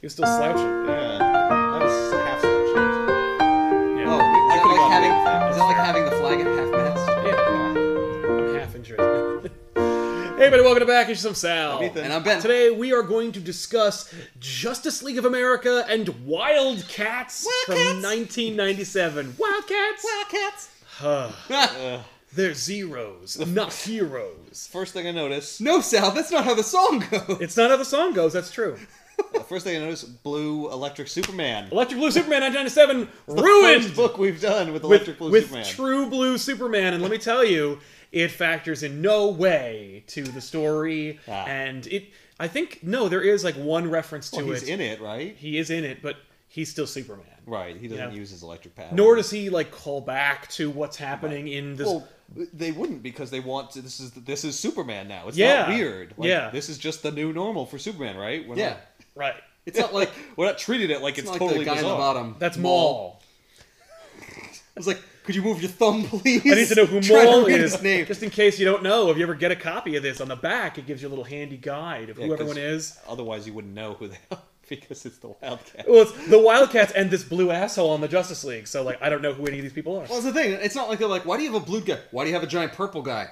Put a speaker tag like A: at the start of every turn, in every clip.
A: He was still
B: Uh,
A: slouching. Yeah. That was half slouching.
C: Yeah.
B: Oh, is
A: I
B: that
A: could've
B: like
A: gone
B: having
A: with that.
B: is that like having the flag at half mast?
A: Yeah. I'm half interested. Hey, everybody, welcome back. It's some Sal.
B: Ethan. And I'm Ben.
A: Today, we are going to discuss Justice League of America and Wildcats, from 1997. Wildcats?
B: Wildcats.
C: Ah,
A: They're zeros, not heroes.
B: First thing I noticed.
C: No, Sal, that's not how the song goes.
A: It's not how the song goes, that's true.
B: The uh, first thing I noticed. Blue Electric Superman.
A: Electric Blue Superman 1997
B: The
A: ruined
B: First book we've done with
A: with,
B: Electric Blue
A: with
B: Superman.
A: True Blue Superman, and let me tell you, it factors in no way to the story,
B: Ah.
A: and it. I think no, there is like one reference to
B: well, he's
A: it.
B: in it, right?
A: He is in it, but he's still Superman.
B: Right. He doesn't
A: Yeah.
B: use his electric power.
A: Nor does he like call back to what's happening in this.
B: Well, they wouldn't because they want to. This is this is Superman now. It's
A: Yeah.
B: not weird. Like,
A: Yeah.
B: This is just the new normal for Superman, right? We're
C: Yeah.
B: Not,
A: right,
B: it's not like we're not treating it like it's,
C: It's not like
B: totally
C: the guy in the
B: bizarre.
C: bottom.
A: that's
C: Maul.
A: Maul.
C: I was like, could you move your thumb, please?
A: I need to know who
C: Try
A: Maul
C: read
A: is,
C: His name.
A: just in case you don't know. If you ever get a copy of this, on the back it gives you a little handy guide of
B: Yeah,
A: who
B: 'cause
A: everyone is.
B: Otherwise, you wouldn't know who they are because it's the Wildcat.
A: Well, it's the Wildcats and this blue asshole on the Justice League. So like, I don't know who any of these people are.
C: Well, that's the thing. It's not like they're like, why do you have a blue guy? Why do you have a giant purple guy?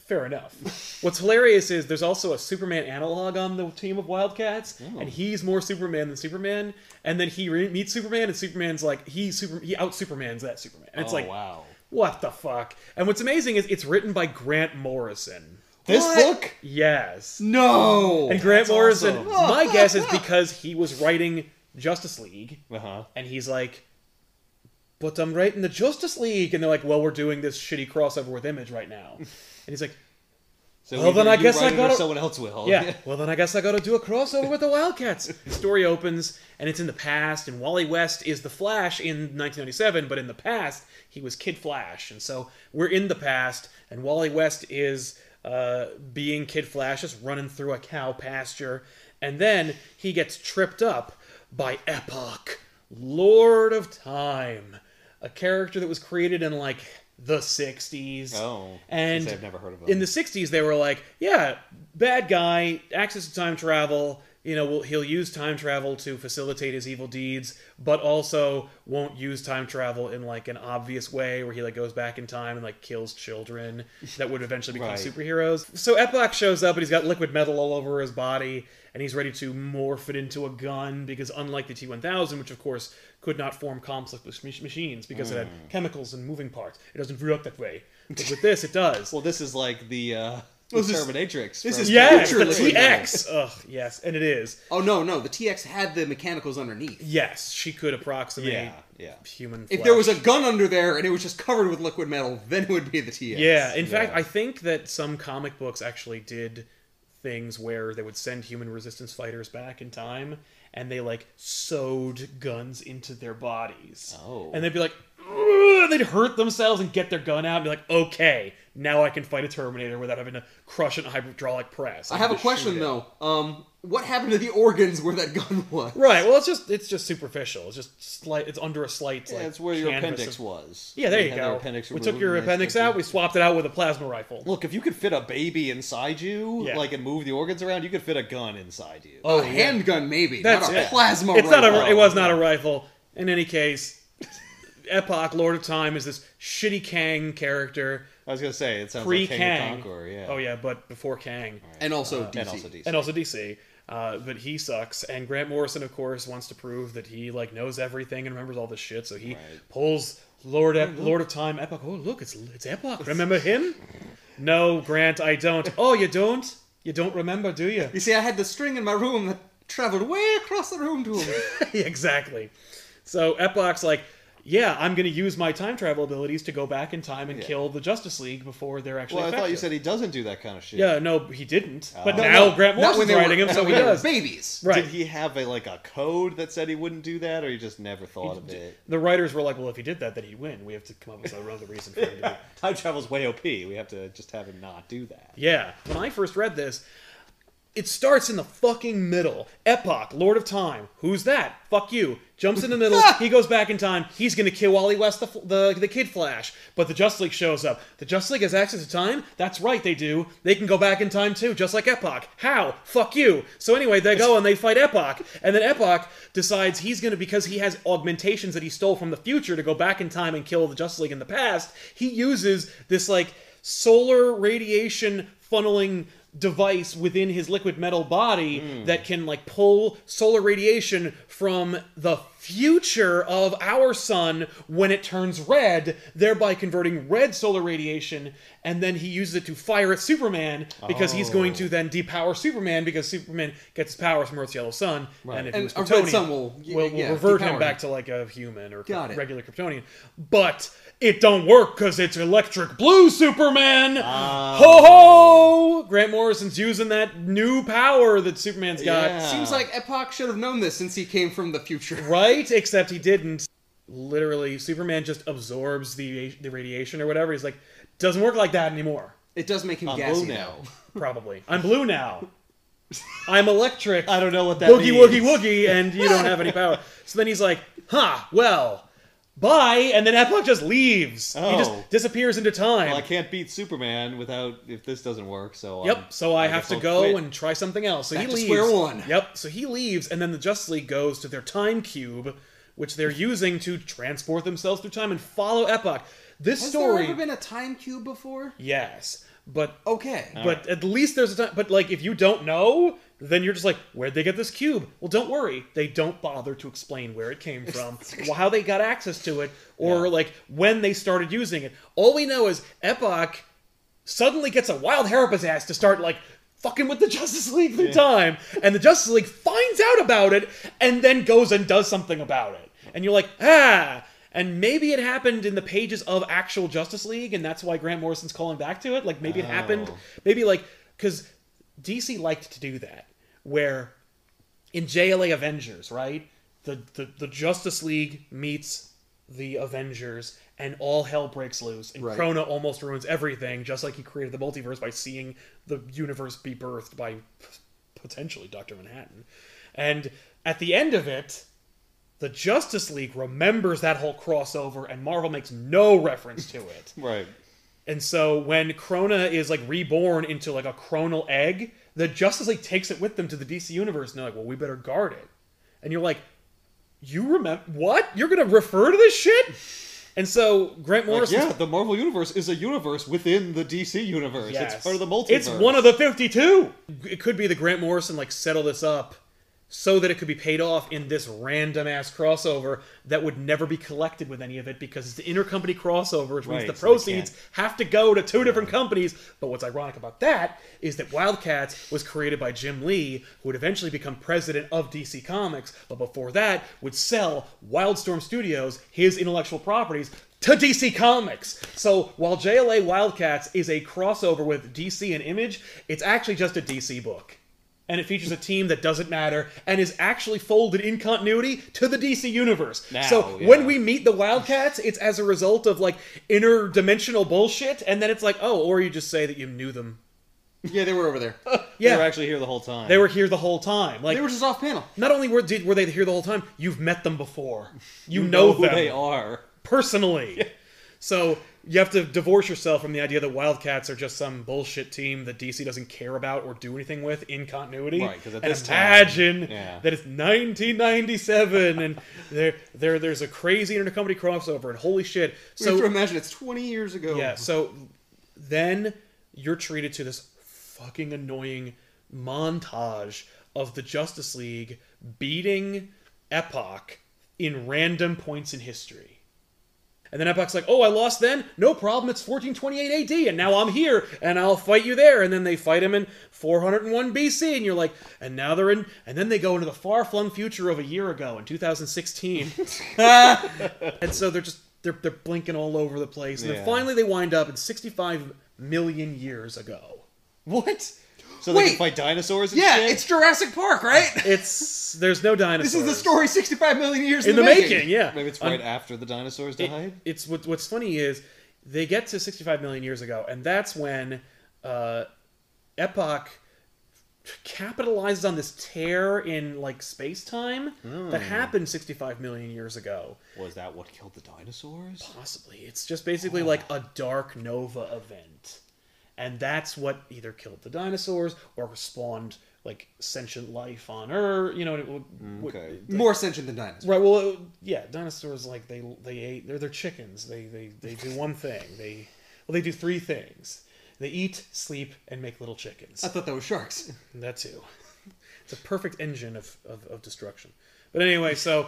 A: Fair enough. What's hilarious is there's also a Superman analog on the team of Wildcats,
B: Oh.
A: and he's more Superman than Superman. And then he re- meets Superman, and Superman's like he super he out Superman's that Superman. And it's
B: oh
A: like
B: wow!
A: what the fuck. And what's amazing is it's written by Grant Morrison.
B: This
C: What?
B: book.
A: Yes,
C: No.
A: and Grant
B: that's
A: Morrison.
B: awesome.
A: My guess is because he was writing Justice League,
B: Uh huh.
A: and he's like. But I'm writing the Justice League, and they're like, "Well, we're doing this shitty crossover with Image right now," and he's like,
B: So
A: Well,
B: either
A: then I
B: you
A: guess I
B: write it or
A: gotta-
B: someone else will.
A: Yeah. Well, then I guess I got to do a crossover with the Wildcats. Story opens, and it's in the past, and Wally West is the Flash in 1997, but in the past he was Kid Flash, and so we're in the past, and Wally West is uh, being Kid Flash, just running through a cow pasture, and then he gets tripped up by Epoch, Lord of Time, a character that was created in like the 60s.
B: Oh,
A: and
B: I've never heard of him.
A: in the 60s they were like yeah bad guy access to time travel you know will he'll use time travel to facilitate his evil deeds but also won't use time travel in like an obvious way where he like goes back in time and like kills children that would eventually become
B: Right.
A: superheroes so epoch shows up and he's got liquid metal all over his body and he's ready to morph it into a gun because unlike the t1000 which of course could not form complex mach- machines because it had
C: Hmm.
A: chemicals and moving parts it doesn't work that way but with this it does
B: Well, this is like the, uh,
C: This
B: the
C: is-
B: Terminatrix.
C: this
B: from-
C: is-
A: Yeah, it's the
C: Literally.
A: TX. Ugh, yes, and it is.
C: Oh no, no. The TX had the mechanicals underneath.
A: Yes, she could approximate
B: yeah, yeah.
A: human.
C: If
A: flesh.
C: there was a gun under there and it was just covered with liquid metal, then it would be the TX.
A: yeah. In fact,
B: Yeah.
A: I think that some comic books actually did things where they would send human resistance fighters back in time, and they like sewed guns into their bodies.
B: Oh.
A: and they'd be like. "Ugh," They'd hurt themselves and get their gun out and be like, "Okay, now I can fight a Terminator without having to crush an hydraulic press."
C: I have a
A: Just shoot
C: question
A: it.
C: though. Um, what happened to the organs where that gun was?
A: Right. Well, it's just it's just superficial. It's just slight. It's under a slight.
B: Yeah,
A: like,
B: that's where your
A: canvas
B: appendix
A: of-
B: was.
A: Yeah, there
B: They
A: you
B: had their
A: go.
B: appendix
A: we took
B: removed
A: your
B: and they
A: appendix
B: slipped
A: out.
B: it.
A: We swapped it out with a plasma rifle.
B: Look, if you could fit a baby inside you,
A: Yeah.
B: like and move the organs around, you could fit a gun inside you.
A: Oh,
C: a
A: yeah.
C: handgun, maybe.
A: That's
C: not a
A: it.
C: plasma.
A: It's not
C: rifle.
A: a. It was not a rifle. In any case, Epoch Lord of Time is this shitty Kang character
B: I was gonna say it sounds
A: pre
B: like Kang
A: Kang.
B: the Conqueror. Yeah.
A: Oh yeah, but before Kang.
C: And also DC.
B: And also DC.
A: Uh, and also DC. Uh, but he sucks, and Grant Morrison, of course, wants to prove that he like knows everything and remembers all this shit. So he
B: Right.
A: pulls Lord Ep-
C: Mm-hmm.
A: Lord of Time Epoch. Oh, look, it's it's Epoch. Remember him? no, Grant, I don't. Oh, you don't? You don't remember, do you?
C: You see, I had the string in my room that traveled way across the room to him.
A: exactly. So Epoch's like, yeah, I'm going to use my time travel abilities to go back in time and kill the Justice League before they're actually.
B: Well, I thought you
A: effective."
B: said he doesn't do that kind of shit.
A: Yeah, no, he didn't. But
B: Oh.
A: now Grant
C: Not when
A: Morrison's
C: they were-
A: writing him, so he
C: when they were
A: does.
C: Babies.
A: Right.
B: Did he have a like a code that said he wouldn't do that, or he just never thought of it?
A: the writers were like, "Well, if he did that, then he'd win. We have to come up with another reason for him to." Do.
B: Time travel's way OP. We have to just have him not do that.
A: Yeah. When I first read this, It starts in the fucking middle. Epoch, Lord of Time. Who's that? Fuck you. Jumps in the middle. he goes back in time. He's gonna kill Wally West, the, fl- the the Kid Flash. But the Justice League shows up. The Justice League has access to time. That's right, they do. They can go back in time too, just like Epoch. How? Fuck you. So anyway, they go and they fight Epoch, and then Epoch decides he's gonna because he has augmentations that he stole from the future to go back in time and kill the Justice League in the past. He uses this like solar radiation funneling device within his liquid metal body
C: Hmm.
A: that can like pull solar radiation from the future of our sun when it turns red thereby converting red solar radiation and then he uses it to fire at superman because he's going
C: Oh.
A: to then depower superman because superman gets his powers from earth's yellow sun and if
C: And
A: it
C: a
A: was
C: red
A: kryptonian
C: sun will- y-
A: will, will
C: yeah,
A: revert
C: depower
A: him
C: him.
A: back to like a human or
C: Got it.
A: regular kryptonian but it don't work because it's electric blue superman
C: Oh.
A: Ho ho! Grant Morrison's using that new power that Superman's got.
B: Yeah.
C: Seems like Epoch should have known this since he came from the future.
A: Right? Except he didn't. Literally, Superman just absorbs the the radiation or whatever. He's like, doesn't work like that anymore.
C: It does make him
B: I'm
C: gassy
B: blue now.
C: though.
A: Probably. I'm blue now. I'm electric.
B: I don't know what that
A: Boogie woogie
B: means.
A: woogie, and you don't have any power. So then he's like, huh, well, bye. And then Epoch just leaves. He
B: Oh.
A: just disappears into time.
B: Well, I can't beat Superman without if this doesn't work. So um,
A: Yep. So I, have
B: guess
A: to
B: I'll
A: go
B: quit.
A: and try something else. So
C: Back
A: he
C: to
A: leaves.
C: square one.
A: Yep. So he leaves, and then the Justice League goes to their time cube, which they're using to transport themselves through time and follow Epoch. This
C: Has
A: story,
C: there ever been a time cube before?
A: yes, but
C: Okay.
A: but at least there's a time. But like, if you don't know, then you're just like, where'd they get this cube? Well, don't worry, they don't bother to explain where it came from, wh- how they got access to it, or
B: Yeah.
A: like when they started using it. All we know is Epoch suddenly gets a wild hair up his ass to start like fucking with the Justice League through time, and the Justice League finds out about it and then goes and does something about it. And you're like, ah. And maybe it happened in the pages of actual Justice League, and that's why Grant Morrison's calling back to it. Like maybe it happened,
B: Oh.
A: maybe like because DC liked to do that, where in JLA Avengers, right? The, the the Justice League meets the Avengers, and all hell breaks loose, and
C: Right.
A: Krona almost ruins everything, just like he created the multiverse by seeing the universe be birthed by p- potentially Doctor Manhattan. And at the end of it, the Justice League remembers that whole crossover, and Marvel makes no reference to it.
B: Right.
A: And so when Krona is like reborn into like a chronal egg, the Justice League takes it with them to the DC universe, and they're like, "Well, we better guard it." And you're like, "You remember what? You're gonna refer to this shit?" And so Grant
B: Like,
A: Morrison,
B: yeah, the Marvel universe is a universe within the DC universe. It's part of the multiverse.
A: It's one of the fifty-two. It could be the Grant Morrison like settle this up so that it could be paid off in this random ass crossover that would never be collected with any of it because it's the intercompany crossover, which means
B: Right,
A: the
B: so they can't-
A: proceeds have to go to two different companies. But what's ironic about that is that Wildcats was created by Jim Lee, who would eventually become president of DC Comics, but before that would sell Wildstorm Studios his intellectual properties to DC Comics. So while JLA Wildcats is a crossover with DC and Image, it's actually just a DC book. And it features a team that doesn't matter and is actually folded in continuity to the DC universe.
B: Now,
A: so
B: yeah.
A: when we meet the Wildcats, it's as a result of like interdimensional bullshit, and then it's like, oh, or you just say that you knew them.
C: Yeah, they were over there.
A: Yeah,
B: They were actually here the whole time.
A: they were here the whole time. Like,
C: They were just off panel.
A: not only were did were they here the whole time, you've met them before. You, know,
B: who
A: them
B: they are.
A: personally. So you have to divorce yourself from the idea that Wildcats are just some bullshit team that DC doesn't care about or do anything with in continuity.
B: Right, 'cause at
A: and
B: this time-
A: imagine
B: yeah.
A: that it's 1997 and there there there's a crazy intercompany crossover and holy shit.
C: We
A: So
C: have to imagine it's 20 years ago.
A: yeah, so then you're treated to this fucking annoying montage of the Justice League beating Epoch in random points in history. And then Epoch's like, oh, I lost then? No problem. It's 1428 AD, and now I'm here, and I'll fight you there. And then they fight him in 401 BC, and you're like, and now they're in. And then they go into the far flung future of a year ago in 2016. and so they're just. They're, they're blinking all over the place. And then
B: Yeah.
A: finally they wind up in 65 million years ago.
B: What? So they
C: Wait.
B: can fight dinosaurs and
C: Yeah,
B: shit?
C: it's Jurassic Park, right?
A: It's. There's no dinosaurs.
C: This is the story 65 million years
A: In the making, yeah.
B: Maybe it's
A: Un-
B: right after the dinosaurs
A: it-
B: died?
A: it's what, what's funny is they get to 65 million years ago, and that's when uh, Epoch capitalizes on this tear in like space time that happened 65 million years ago.
B: Was that what killed the dinosaurs?
A: Possibly. It's just basically like a dark nova event. And that's what either killed the dinosaurs or spawned like sentient life on Earth. You know, and it would, would-
B: Okay.
C: More sentient than dinosaurs.
A: right. Well, it- yeah, dinosaurs like they they ate. They're they're chickens. They they they do one thing. They well they do three things. They eat, sleep, and make little chickens.
C: I thought that was sharks.
A: That too. It's a perfect engine of, of, of destruction. But anyway, so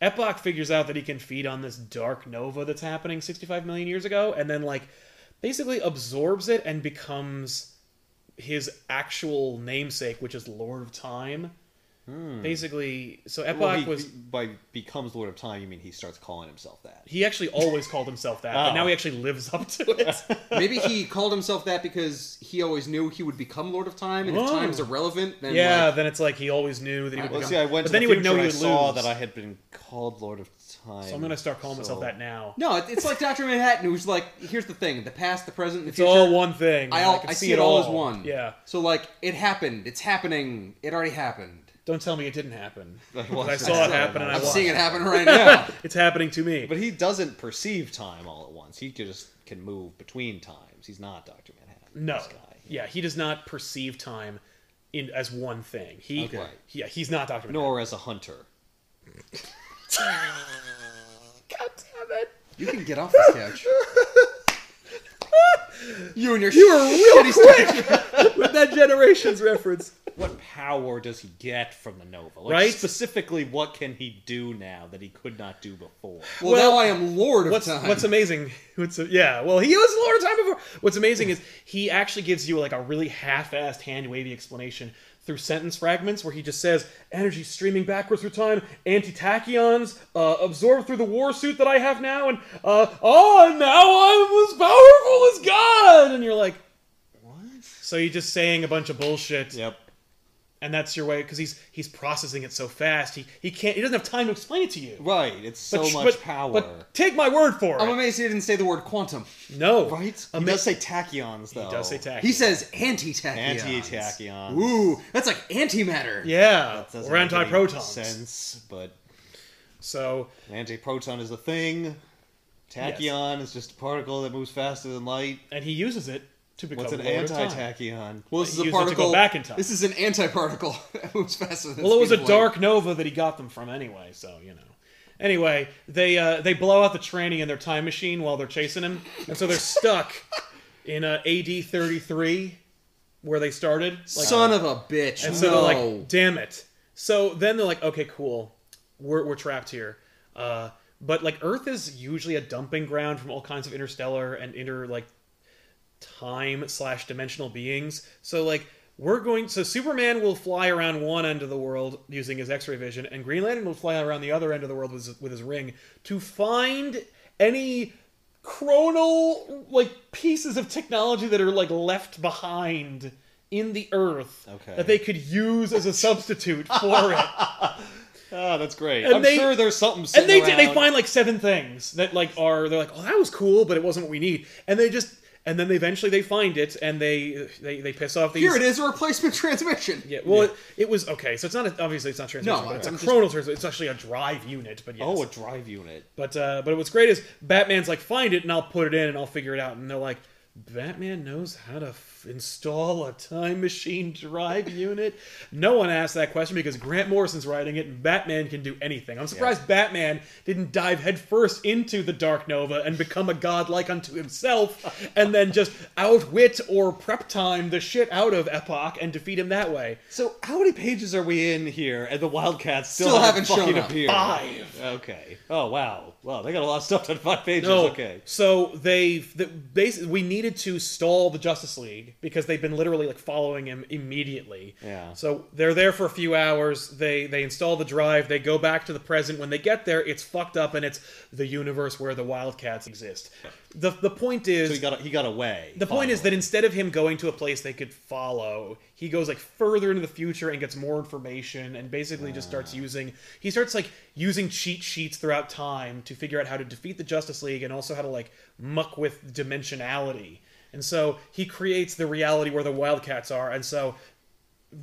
A: Epoch figures out that he can feed on this dark nova that's happening 65 million years ago, and then, like, basically absorbs it and becomes his actual namesake, which is Lord of Time. Basically, so Epoch
B: Hmm. Well, he,
A: was.
B: by becomes Lord of Time, you mean he starts calling himself that?
A: He actually always called himself that, but
B: Oh.
A: now he actually lives up to it.
C: Maybe he called himself that because he always knew he would become Lord of Time, and
A: Oh.
C: if time's irrelevant, then
A: yeah,
C: like,
A: then it's like he always knew that he would
B: Well,
A: become-
B: see, I
A: But
B: went to
A: then
B: the
A: he would know
B: future
A: he
B: and
A: would
B: I saw
A: lose.
B: that I had been called Lord of Time.
A: so I'm going to start calling myself
B: so-
A: that now.
C: no, it- it's like Doctor Manhattan, who's like, here's the thing: the past, the present, and the
A: It's
C: future.
A: all one thing.
C: I,
A: all
C: all, I see it all as one.
A: Yeah.
C: So like, it happened. It's happening. It already happened.
A: Don't tell me it didn't happen.
B: Like,
A: Because I
B: watch
A: saw
B: that.
A: it happen and I
C: I'm
A: watched.
C: seeing it happen right now.
A: It's happening to me.
B: But he doesn't perceive time all at once. He just can move between times. He's not Doctor Manhattan.
A: no.
B: this guy.
A: Yeah, he does not perceive time in as one thing. He,
C: Okay.
A: yeah, he's not Doctor.
B: Nor as a hunter.
A: God damn it!
C: you can get off this couch. you and your
A: You were real quick with that generations reference.
B: What power does he get from the Nova? Like,
A: Right?
B: Specifically, what can he do now that he could not do before?
C: Well,
A: Well,
C: now I am Lord of
A: What's
C: Time.
A: what's amazing? What's yeah? Well, he was Lord of Time before. What's amazing is he actually gives you like a really half-assed, hand-wavy explanation through sentence fragments where he just says energy streaming backwards through time, anti-tachyons uh, absorbed through the war suit that I have now, and uh, oh, now I'm as powerful as God. And you're like,
B: What?
A: so you're just saying a bunch of bullshit,
B: Yep.
A: and that's your way because he's he's processing it so fast. He he can't. He doesn't have time to explain it to you.
B: Right. It's so
A: But-
B: much
A: but-
B: power.
A: But take my word for it.
C: I'm amazed he didn't say the word quantum.
A: no,
B: right? He
A: Ama-
B: does say tachyons, though.
A: He does say tachyons.
C: He says anti-tachyons.
B: Anti-tachyons.
C: Ooh, that's like antimatter.
A: Yeah,
B: That doesn't
A: or
B: make any
A: anti-protons.
B: Sense, but
A: So
B: an antiproton is a thing. Tachyon is just a particle that moves faster than light.
A: and he uses it to become
B: What's an
A: Lord of Time.
B: anti-tachyon?
C: Well, this is
A: Use
C: a
A: it to go
C: particle.
A: back in time.
C: This is an antiparticle. that moves faster than the
A: Well, it was
C: speed
A: a
C: of light.
A: dark nova that he got them from anyway, so you know. Anyway, they uh, they blow out the tranny in their time machine while they're chasing him, and so they're stuck in uh, AD thirty three, where they started. Like,
C: son of a bitch.
A: And
C: no.
A: so they're like, damn it. So then they're like, okay, cool. We're, we're trapped here. Uh, but like Earth is usually a dumping ground from all kinds of interstellar and inter like time slash dimensional beings. So like we're going so Superman will fly around one end of the world using his X-ray vision, and Green Lantern will fly around the other end of the world with, with his ring to find any chronal like pieces of technology that are like left behind in the Earth
B: Okay.
A: that they could use as a substitute for it.
B: Ah, that's great.
A: And
B: I'm
A: they-
B: sure there's something.
A: and they
B: sitting
A: did, they
B: around.
A: find like seven things that like are they're like oh that was cool but it wasn't what we need and they just and then they eventually they find it and they they, they piss off these
C: here it is, a replacement transmission.
A: yeah well It, it was okay so it's not a, obviously it's not transmission
C: No,
A: but it's
C: I'm
A: a
C: just-
A: chronal transmission it's actually a drive unit but yes
B: Oh, a drive unit.
A: but uh, but what's great is Batman's like find it and I'll put it in and I'll figure it out and they're like Batman knows how to f- install a time machine drive unit. No one asked that question because Grant Morrison's writing it and Batman can do anything. I'm surprised Batman didn't dive headfirst into the Dark Nova and become a god like unto himself and then just outwit or prep time the shit out of Epoch and defeat him that way.
B: So how many pages are we in here? And the Wildcats still,
C: Still
B: haven't,
C: haven't shown
B: fucking
C: up.
B: appeared.
A: Five.
B: Okay. Oh wow. Wow, they got a lot of stuff on five pages.
A: No.
B: Okay.
A: Oh, So they the, basically we needed to stall the Justice League because they've been literally like following him immediately.
B: Yeah.
A: So they're there for a few hours. They they install the drive. They go back to the present. When they get there, it's fucked up and it's the universe where the Wildcats exist. The the point is.
B: So he got he got away.
A: the point is that instead of him going to a place they could follow, he goes like further into the future and gets more information and basically just starts using he starts like using cheat sheets throughout time to figure out how to defeat the Justice League and also how to like muck with dimensionality. And so he creates the reality where the Wildcats are and so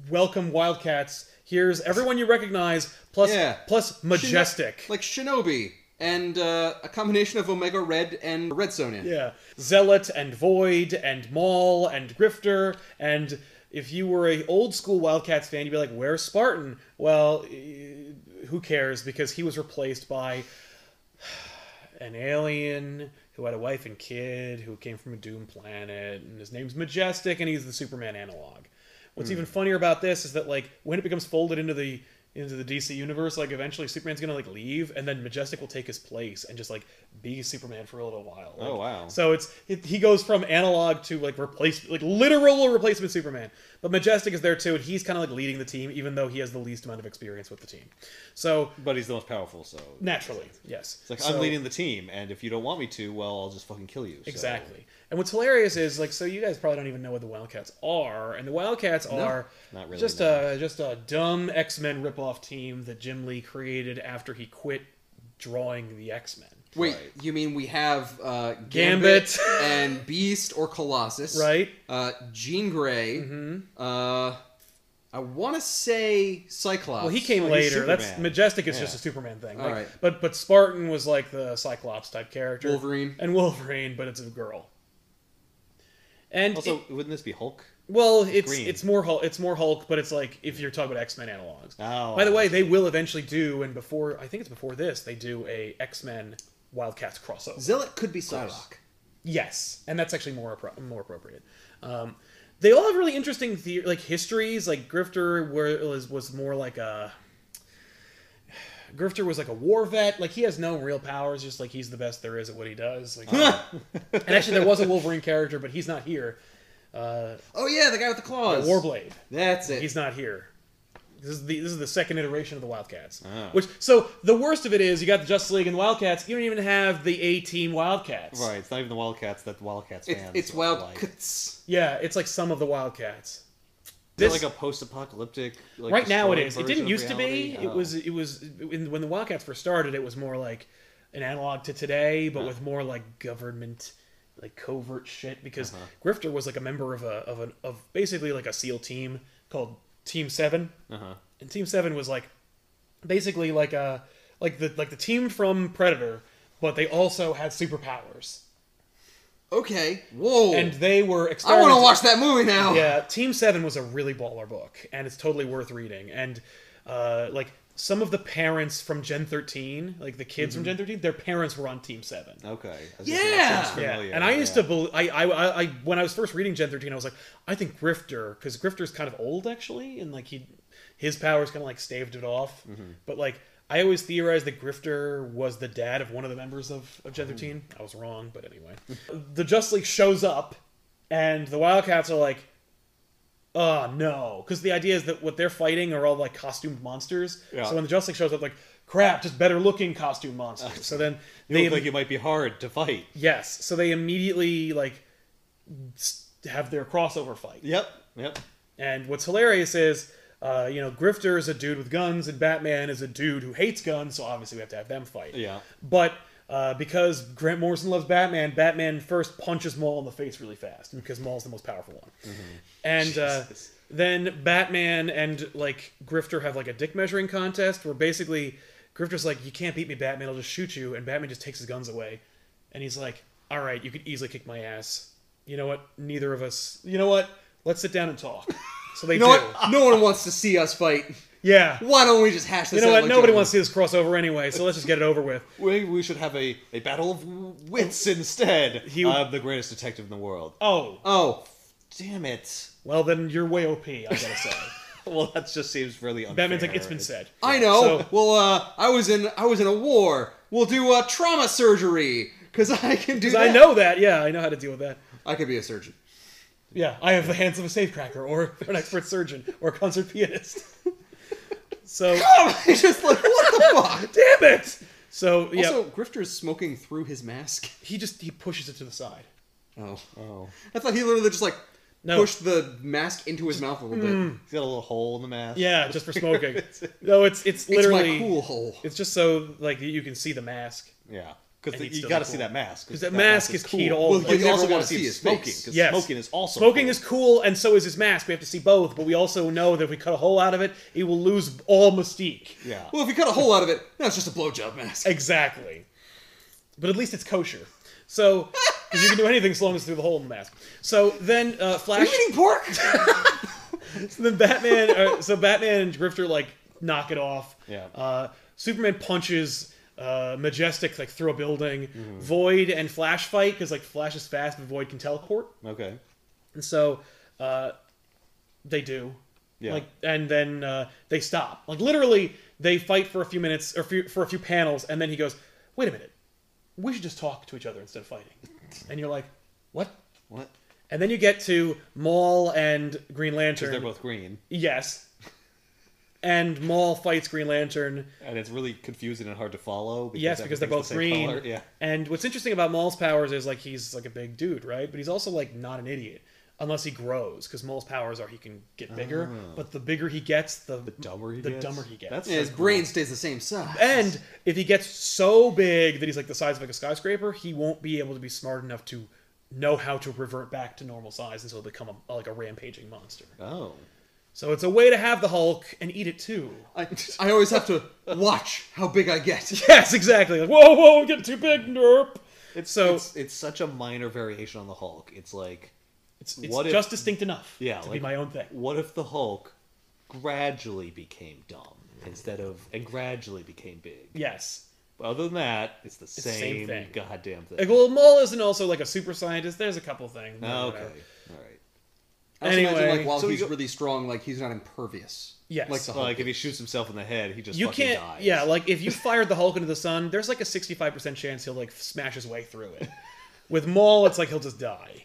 A: welcome Wildcats. Here's everyone you recognize, plus
C: Yeah.
A: plus majestic.
C: Like Shinobi and uh, a combination of Omega Red and Red Sonia.
A: Yeah. Zealot and Void and Maul and Grifter and if you were a old school Wildcats fan, you'd be like, "Where's Spartan?" Well, eh, who cares because he was replaced by an alien who had a wife and kid who came from a doomed planet and his name's Majestic and he's the Superman analog. What's
B: Hmm.
A: even funnier about this is that like when it becomes folded into the into the DC universe, like eventually Superman's gonna like leave and then Majestic will take his place and just like be Superman for a little while. Like,
B: Oh, wow.
A: So it's it, he goes from analog to like replace like literal replacement Superman. But Majestic is there too and he's kind of like leading the team even though he has the least amount of experience with the team. So
B: But he's the most powerful, so
A: naturally, yes.
B: It's like
A: So-
B: I'm leading the team, and if you don't want me to, well, I'll just fucking kill you. so-
A: Exactly. And what's hilarious is like so you guys probably don't even know what the Wildcats are, and the Wildcats are
B: not really,
A: just
B: no.
A: a just a dumb X Men ripoff team that Jim Lee created after he quit drawing the X Men.
C: Wait,
B: Right.
C: you mean we have uh,
A: Gambit.
C: Gambit, and Beast or Colossus,
A: Right. Mm-hmm.
C: Uh, Jean gray Uh, I want to say Cyclops.
A: Well, he came
B: Well, Oh, he's
A: later. That's
B: Superman.
A: majestic. Is just
B: Yeah.
A: a Superman thing.
C: All
A: Like,
C: right.
A: But but Spartan was like the Cyclops type character.
C: Wolverine.
A: and Wolverine, but it's a girl. And
B: Also,
A: it-
B: wouldn't this be Hulk?
A: well, it's
B: green.
A: it's more Hulk. It's more Hulk, but it's like if you're talking about X Men analogs.
B: Oh,
A: By the way, they will eventually do, and before I think it's before this, they do a X Men Wildcats crossover.
C: Zealot could be Psylocke.
A: Yes, and that's actually more appro- more appropriate. Um, they all have really interesting the- like histories. Like Grifter were, was was more like a Grifter was like a war vet. Like he has no real powers, just like he's the best there is at what he does. Like, and actually, there was a Wolverine character, but he's not here.
C: Oh yeah, the guy with the claws.
A: Warblade.
C: That's it.
A: He's not here. This is the this is the second iteration of the Wildcats.
B: Ah.
A: Which so the worst of it is you got the Justice League and the Wildcats. You don't even have the A team Wildcats.
B: Right, it's not even the Wildcats that the Wildcats
C: it's,
B: fans.
C: it's
B: are
C: Wild
B: Like.
C: Cuts.
A: Yeah, it's like some of the Wildcats.
B: They're
A: This-
B: like a post-apocalyptic. Like,
A: right now it
B: destroyed
A: is. It
B: version
A: didn't
B: of
A: used to be.
B: reality?
A: It
B: Oh.
A: was it was in, when the Wildcats first started. It was more like an analog to today,
B: Uh-huh.
A: but with more like government, like covert shit. Because
B: Uh-huh.
A: Grifter was like a member of a of an of basically like a SEAL team called Team 7
B: Uh-huh.
A: and Team Seven was like basically like a like the like the team from Predator, but they also had superpowers,
C: Okay. Whoa.
A: and they were.
C: I want to
A: experimenting-
C: watch that movie now.
A: yeah, Team Seven was a really baller book, and it's totally worth reading. And uh, like some of the parents from Gen thirteen, like the kids from Gen thirteen, their parents were on Team Seven.
B: Okay. I was gonna say,
C: Yeah!
B: that sounds
A: Yeah,
B: familiar.
A: and I used
B: yeah.
A: to believe I, I, I, I when I was first reading Gen thirteen, I was like, I think Grifter, because Grifter's kind of old actually, and like he, his powers kind of like staved it off.
B: Mm-hmm.
A: But like I always theorized that Grifter was the dad of one of the members of,
B: Mm.
A: of Gen thirteen. I was wrong, but anyway, the Just League shows up, and the Wildcats are like, oh no, because the idea is that what they're fighting are all like costumed monsters.
B: Yeah.
A: So when the Just League shows up, like. Crap, just better looking costume monsters. So then
B: You
A: they
B: look like you might be hard to fight.
A: Yes. So they immediately like s- have their crossover fight.
B: Yep. Yep.
A: And what's hilarious is, uh, you know, Grifter is a dude with guns, and Batman is a dude who hates guns. So obviously we have to have them fight.
B: Yeah.
A: But uh, because Grant Morrison loves Batman, Batman first punches Maul in the face really fast because Maul's the most powerful one.
C: Mm-hmm.
A: And uh,
B: Jesus.
A: then Batman and like Grifter have like a dick measuring contest where basically Grifter's like, "You can't beat me, Batman. I'll just shoot you." And Batman just takes his guns away, and he's like, "All right, you could easily kick my ass. You know what? Neither of us. You know what? Let's sit down and talk." So they
C: You know
A: do.
C: what? No one wants to see us fight.
A: Yeah.
C: Why don't we just hash this
A: You know
C: out
A: what?
C: like
A: Nobody
C: gentlemen?
A: wants to see this crossover anyway, so let's just get it over with.
B: We, we should have a, a battle of wits instead.
A: He-
B: I'm the greatest detective in the world.
A: Oh,
C: Oh,
B: Damn it.
A: well then you're way OP. I gotta say.
B: Well, that just seems really unfair.
A: Batman's like, it's been said.
C: I know.
A: So-
C: well, uh, I was in I was in a war. We'll do uh, trauma surgery because I can do.
A: 'Cause
C: That.
A: I know that. Yeah, I know how to deal with that.
C: I could be a surgeon.
A: Yeah, I have the hands of a safecracker, or an expert surgeon, or a concert pianist. So
C: Oh, it's just like what the fuck.
A: damn it. So yeah,
C: Also, Grifter's smoking through his mask.
A: he just he pushes it to the side.
C: Oh,
B: Oh.
C: I thought he literally just like
A: No. Hmm.
C: pushed the mask into his mouth a little bit.
B: He's got a little hole in the mask.
A: Yeah, just for smoking. no, it's it's
C: It's
A: literally
C: my cool hole.
A: it's just so like you can see the mask.
B: Yeah. because
A: And he'd
B: you
A: still
B: got to
A: be
B: see
A: cool.
B: that mask
A: 'Cause that mask is key to all
B: Well,
A: of
C: it.
B: you
C: You
B: also
C: never
B: want
C: wanna
B: to see
C: see
B: his
C: his
B: smoking
C: face.
B: because
A: Yes.
B: smoking is also
A: Smoking
B: cool.
A: is cool, and so is his mask. We have to see both, but we also know that if we cut a hole out of it, he will lose all mystique.
B: yeah.
C: Well, if you cut a hole out of it, no, it's just a blowjob mask.
A: Exactly. But at least it's kosher. So, because you can do anything as long as through the hole in the mask. So then uh,
C: Are
A: Flash,
C: you eating pork?
A: so then Batman, uh, so Batman and Grifter like knock it off.
B: Yeah.
A: Uh, Superman punches uh, Majestic like through a building. Void and Flash fight because like Flash is fast, but Void can teleport,
B: okay.
A: and so uh, they do.
B: Yeah.
A: Like and then uh, they stop. Like literally, they fight for a few minutes or few, for a few panels, and then he goes, "Wait a minute, we should just talk to each other instead of fighting." And you're like, "What?"
B: what?
A: And then you get to Maul and Green Lantern.
B: They're both green,
A: yes. And Maul fights Green Lantern.
B: and it's really confusing and hard to follow. Because
A: Yes, because they're both
B: everything's the same
A: green.
B: color. Yeah.
A: And what's interesting about Maul's powers is like he's like a big dude, right? But he's also like not an idiot unless he grows, because Maul's powers are he can get bigger. But the bigger he gets, the the
B: Ah. dumber he
A: the
B: gets?
A: dumber he gets.
B: That's
C: Yeah, his
B: cool.
C: brain stays the same size.
A: And if he gets so big that he's like the size of like a skyscraper, he won't be able to be smart enough to know how to revert back to normal size, and so he'll become a, like a rampaging monster.
B: Oh.
A: So it's a way to have the Hulk and eat it too.
C: I, I always have to watch how big I get.
A: Yes, exactly. Like whoa, whoa, I'm getting too big, nerp.
B: It's
A: So-
B: so it's, it's such a minor variation on the Hulk. It's like
A: It's, it's
B: What if-
A: just distinct enough
B: yeah,
A: to be
B: like-
A: my own thing.
B: what if the Hulk gradually became dumb instead of and gradually became big?
A: Yes.
B: Other than that, it's the
A: the same
B: same,
A: thing.
B: goddamn thing.
A: Like, well, Maul isn't also like a super scientist. There's a couple things. but
B: Oh, okay,
A: whatever.
B: all right.
C: I also
A: Anyway,
C: imagine, like, while
B: so we
C: he's
B: go-
C: really strong, like, he's not impervious.
A: Yes.
C: Like the Hulk.
B: Like if he shoots himself in the head, he just
A: You
B: fucking
A: can't.
B: dies.
A: Yeah, like if you fired the Hulk into the sun, there's like a 65% chance he'll like smash his way through it. With Maul, it's like he'll just die.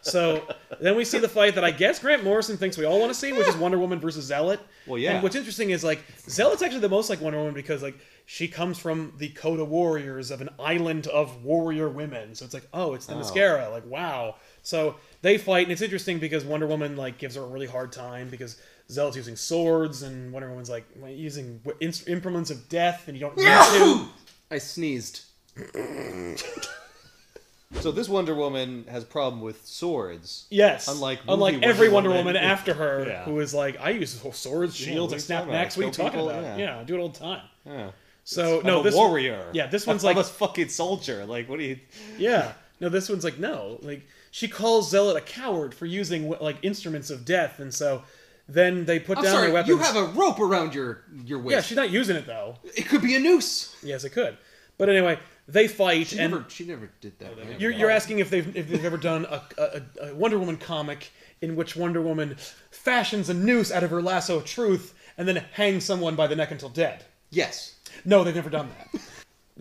A: So then we see the fight that I guess Grant Morrison thinks we all want to see, which is Wonder Woman versus Zealot.
B: Well, yeah.
A: And what's interesting is like Zealot's actually the most like Wonder Woman because like she comes from the Coda Warriors of an island of warrior women. So it's like, oh, it's the
B: Oh.
A: mascara. Like wow. So they fight, and it's interesting because Wonder Woman like gives her a really hard time because Zealot's using swords, and Wonder Woman's like using w- ins- implements of death, and you don't need to.
C: I sneezed.
B: So this Wonder Woman has a problem with swords.
A: Yes.
B: Unlike
A: unlike
B: movie
A: every
B: Wonder
A: Wonder Woman,
B: Woman.
A: after her,
B: Yeah.
A: who is like, I use swords, shields,
B: what are
A: I
B: you
A: snap
B: talking about?
A: necks. What are you
B: Kill
A: talking
B: people?
A: about?
B: Yeah.
A: yeah, I do it all the time.
B: Yeah.
A: So
B: I'm
A: no,
B: a
A: this
B: warrior.
A: Yeah, this one's
B: I'm
A: like
B: a fucking soldier. Like what do you?
A: yeah. No, this one's like no. Like she calls Zealot a coward for using like instruments of death, and so then they put
C: I'm
A: down
C: sorry,
A: their weapons.
C: you have a rope around your, your
A: yeah,
C: waist.
A: she's not using it though.
C: it could be a noose.
A: Yes, it could. But anyway, they fight,
C: She,
A: and
C: never, she never did that. right?
A: you're, you're asking if they've if they've ever done a, a, a a Wonder Woman comic in which Wonder Woman fashions a noose out of her lasso of truth and then hangs someone by the neck until dead.
C: Yes.
A: No, they've never done that.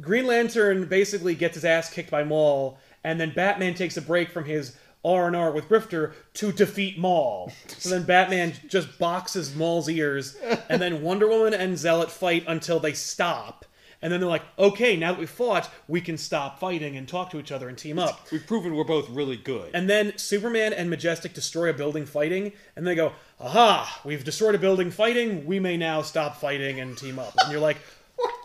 A: Green Lantern basically gets his ass kicked by Maul, and then Batman takes a break from his R and R with Grifter to defeat Maul. So then Batman just boxes Maul's ears, and then Wonder Woman and Zealot fight until they stop. And then they're like, okay, now that we fought, we can stop fighting and talk to each other and team up.
B: We've proven we're both really good.
A: And then Superman and Majestic destroy a building fighting, and they go, aha, we've destroyed a building fighting, we may now stop fighting and team up. And you're like,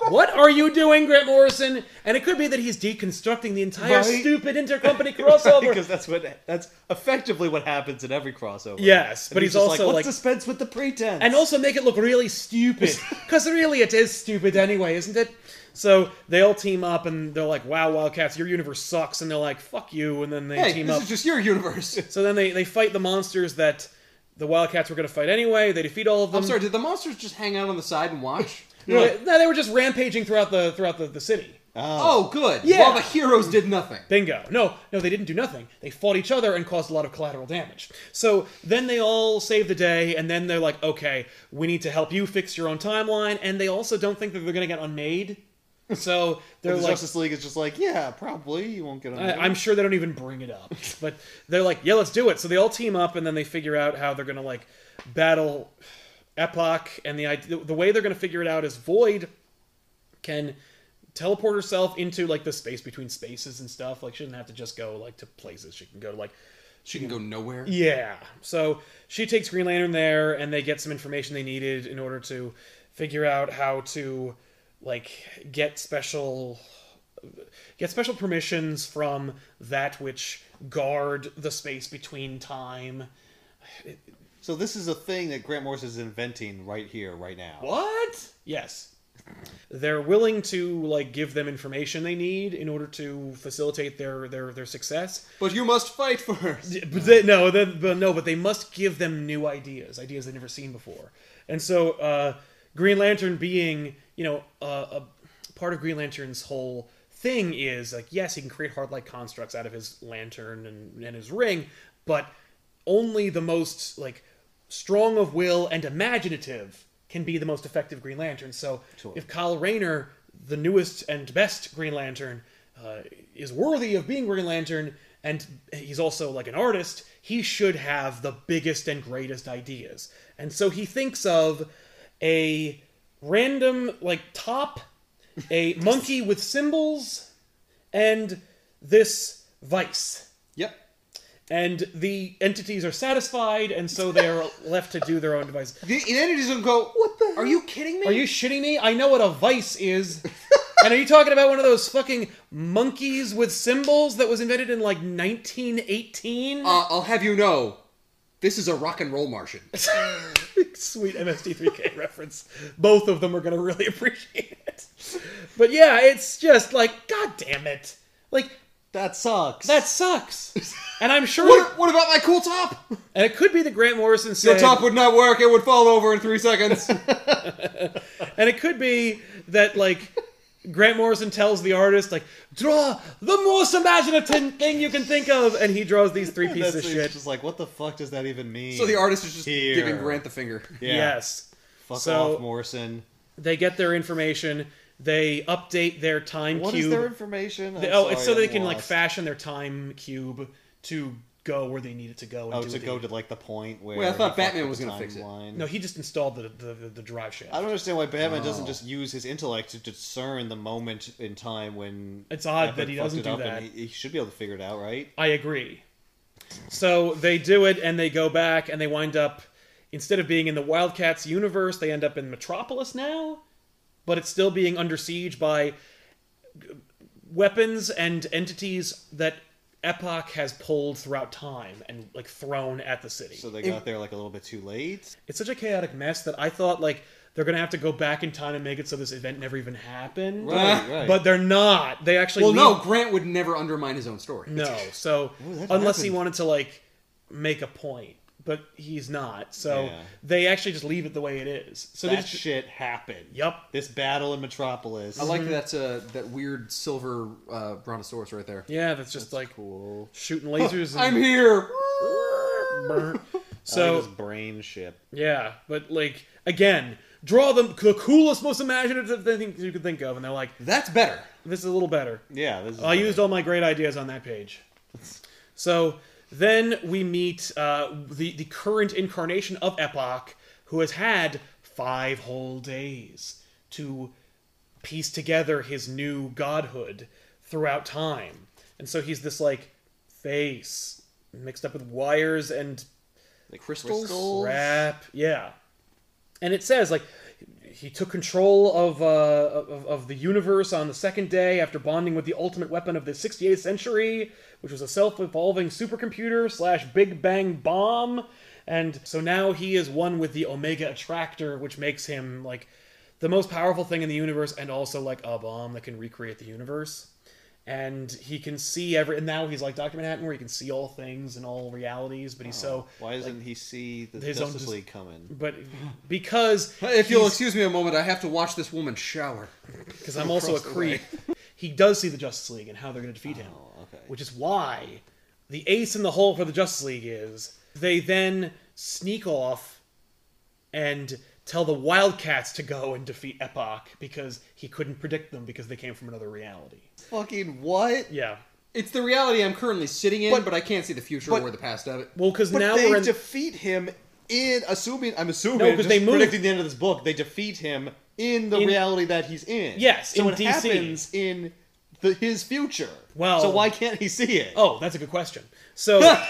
A: what are you doing, Grant Morrison? And it could be that he's deconstructing the entire
B: Right?
A: stupid intercompany crossover.
B: because that's what that's effectively what happens in every crossover.
A: Yes,
B: And
A: but he's
B: just
A: also
B: like,
A: like-
B: let's dispense with the pretense.
A: and also make it look really stupid. Because really, it is stupid anyway, isn't it? So they all team up, and they're like, wow, Wildcats, your universe sucks. And they're like, fuck you. And then they
C: Hey,
A: team
C: this
A: up.
C: is just your universe.
A: So then they, they fight the monsters that the Wildcats were going to fight anyway. They defeat all of them.
C: I'm sorry, did the monsters just hang out on the side and watch?
A: No, they- no, they were just rampaging throughout the throughout the, the city.
C: Oh, good.
A: Yeah.
C: While the heroes did nothing.
A: Bingo. No, no, they didn't do nothing. They fought each other and caused a lot of collateral damage. So then they all save the day, and then they're like, okay, we need to help you fix your own timeline. And they also don't think that they're going to get unmade. So they're
B: the
A: like,
B: Justice League is just like, yeah, probably you won't get on.
A: I, I'm sure they don't even bring it up, but they're like, "Yeah, let's do it." So they all team up, and then they figure out how they're gonna like battle Epoch, and the idea, the way they're gonna figure it out is Void can teleport herself into like the space between spaces and stuff. Like she doesn't have to just go like to places; she can go to like
C: She can go nowhere.
A: yeah. So she takes Green Lantern there, and they get some information they needed in order to figure out how to, like, get special get special permissions from that which guard the space between time.
B: So this is a thing that Grant Morrison is inventing right here, right now.
C: What?
A: Yes. They're willing to like give them information they need in order to facilitate their their their success.
C: But you must fight first.
A: But they, no, they, but no, but they must give them new ideas, ideas they've never seen before. And so, uh, Green Lantern being, you know, uh, a part of Green Lantern's whole thing is like, yes, he can create hard-like constructs out of his lantern and, and his ring, but only the most like strong of will and imaginative can be the most effective Green Lantern. So, if Kyle Rayner, the newest and best Green Lantern, uh, is worthy of being Green Lantern, and he's also like an artist, he should have the biggest and greatest ideas. And so he thinks of a random like top, a monkey with symbols, and this vice.
C: Yep.
A: And the entities are satisfied, and so they are left to do their own devices.
C: The the energies will go. What the? Are you kidding me?
A: Are you shitting me? I know what a vice is. and are you talking about one of those fucking monkeys with symbols that was invented in like 1918?
C: Uh, I'll have you know, this is a rock and roll Martian.
A: Sweet MST3K reference. Both of them are going to really appreciate it. But yeah, it's just like, god damn it. Like,
B: That sucks.
A: that sucks. And I'm sure.
C: What, what about my cool top?
A: and it could be the Grant Morrison said.
C: Your top would not work. It would fall over in three seconds.
A: And it could be that like Grant Morrison tells the artist like draw the most imaginative thing you can think of, and he draws these three
B: That's
A: pieces of
B: it's
A: shit.
B: Just like what the fuck does that even mean?
C: so the artist is just
B: Here.
C: giving Grant the finger.
B: Yeah.
A: Yes.
B: Fuck
A: So-
B: off, Morrison.
A: They get their information. They update their time
B: What is
A: cube.
B: their information? I'm
A: They- oh, it's so
B: sorry,
A: they
B: I'm
A: can like
B: lost.
A: fashion their time cube to go where they need it to go. And
B: Oh,
A: do
B: to
A: what they-
B: go to like the point where.
C: Wait, I
B: he
C: thought
B: fucked
C: Batman
B: up
C: was
B: the
C: gonna fix it.
B: timeline.
A: No, he just installed the the, the, the drive shaft.
B: I don't understand why Batman doesn't
C: Oh.
B: just use his intellect to discern the moment in time when
A: It's odd that
B: Batman
A: he
B: fucked
A: doesn't
B: it
A: do
B: up, and
A: that.
B: He, he should be able to figure it out, right?
A: I agree. So they do it, and they go back, and they wind up instead of being in the Wildcats universe, they end up in Metropolis now, but it's still being under siege by weapons and entities that Epoch has pulled throughout time and like thrown at the city.
B: So they got there like a little bit too late.
A: it's such a chaotic mess that I thought like they're gonna have to go back in time and make it so this event never even happened.
B: Right, right.
A: But they're not. They actually
C: Well,
A: leave
C: no, Grant would never undermine his own story.
A: No, so
B: Ooh, that
A: unless he
B: happened.
A: wanted to like make a point, but he's not. So
B: Yeah.
A: they actually just leave it the way it is. So they
B: that
A: just,
B: shit happened.
A: Yup.
B: This battle in Metropolis.
C: I like that uh, that weird silver uh, brontosaurus right there.
A: yeah, that's just like
B: cool.
A: shooting lasers.
C: I'm
A: and
C: here.
A: Brr.
B: So
A: so
B: his brain ship.
A: yeah, but like again, draw them the coolest, most imaginative thing you could think of, and they're like,
C: That's better.
A: "This is a little better."
B: Yeah, this is
A: Oh, I used all my great ideas on that page. So then we meet uh, the the current incarnation of Epoch, who has had five whole days to piece together his new godhood throughout time, and so he's this like face mixed up with wires and
B: like
C: crystals?
A: Crap. Yeah. And it says like he took control of, uh, of of the universe on the second day after bonding with the ultimate weapon of the 68th century, which was a self-evolving supercomputer slash Big Bang bomb. And so now he is one with the Omega Attractor, which makes him like the most powerful thing in the universe, and also like a bomb that can recreate the universe. And he can see every. And now he's like Doctor Manhattan, where he can see all things and all realities. But he's so
B: Why doesn't he see the
A: his own
B: Justice
A: dis-
B: League coming?
A: but because
C: If you'll excuse me a moment, I have to watch this woman shower.
A: because I'm also a
C: across the way.
A: creep, he does see the Justice League and how they're going to defeat him,
B: Oh, okay.
A: which is why the ace in the hole for the Justice League is they then sneak off and tell the Wildcats to go and defeat Epoch because he couldn't predict them because they came from another reality.
B: Fucking what?
A: Yeah.
C: It's the reality I'm currently sitting in,
B: But-
C: but, I can't see the future
B: but-
C: or the past of it.
A: Well, because
B: But
A: now
B: they
A: we're in.
B: defeat him in assuming I'm assuming
A: No, 'cause
B: just
A: they moved-
B: predicting the end of this book. They defeat him in the
A: In-
B: reality that he's in.
A: Yes,
B: so
A: in
B: it
A: DC.
B: happens in the, his future.
A: Well-
B: so why can't he see it?
A: Oh, that's a good question. So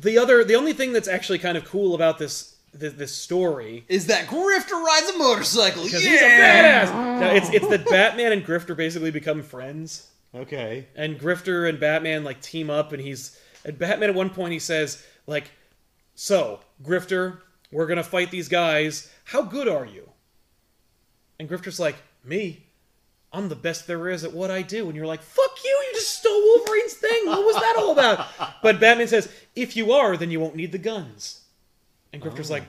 A: the other the only thing that's actually kind of cool about this this, this story
C: Is that Grifter rides a motorcycle? Yeah,
A: because he's a badass. No, it's it's that Batman and Grifter basically become friends,
B: Okay.
A: and Grifter and Batman like team up, and he's and Batman at one point he says like, "So Grifter, we're gonna fight these guys. How good are you?" And Grifter's like, "Me." I'm the best there is at what I do. And you're like, fuck you, you just stole Wolverine's thing. What was that all about? But Batman says, if you are, then you won't need the guns. And Grifter's like,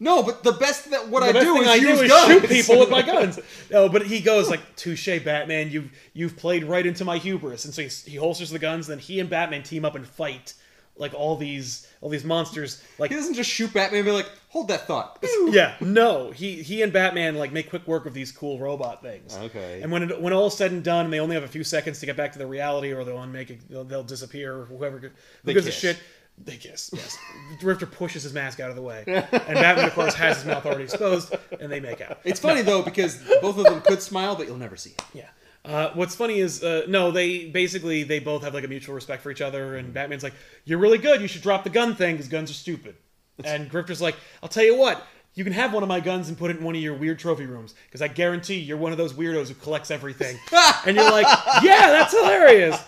C: No, but the best that what I
A: the best
C: do
A: thing
C: is
A: I
C: use
A: do is
C: guns.
A: shoot people with my guns. No, but he goes like, "Touche, Batman. You've you've played right into my hubris." And so he, he holsters the guns. Then he and Batman team up and fight like all these all these monsters. Like,
C: He doesn't just shoot Batman and be like, hold that thought.
A: yeah, no, he he and Batman like make quick work of these cool robot things.
B: Okay.
A: And when it, when all is said and done, and they only have a few seconds to get back to the reality, or they'll unmake it, they'll, they'll disappear. Or whoever who
B: They
A: gives a
B: kiss.
A: shit. They kiss. Yes. Drifter pushes his mask out of the way, and Batman, of course, has his mouth already exposed, and they make out.
C: It's funny though because both of them could smile, but you'll never see it.
A: Yeah. Uh, what's funny is uh, no, they basically they both have like a mutual respect for each other,
B: Mm-hmm.
A: and Batman's like, "You're really good. You should drop the gun thing because guns are stupid." And Grifter's like, "I'll tell you what." You can have one of my guns and put it in one of your weird trophy rooms because I guarantee you're one of those weirdos who collects everything. and you're like, yeah, that's hilarious.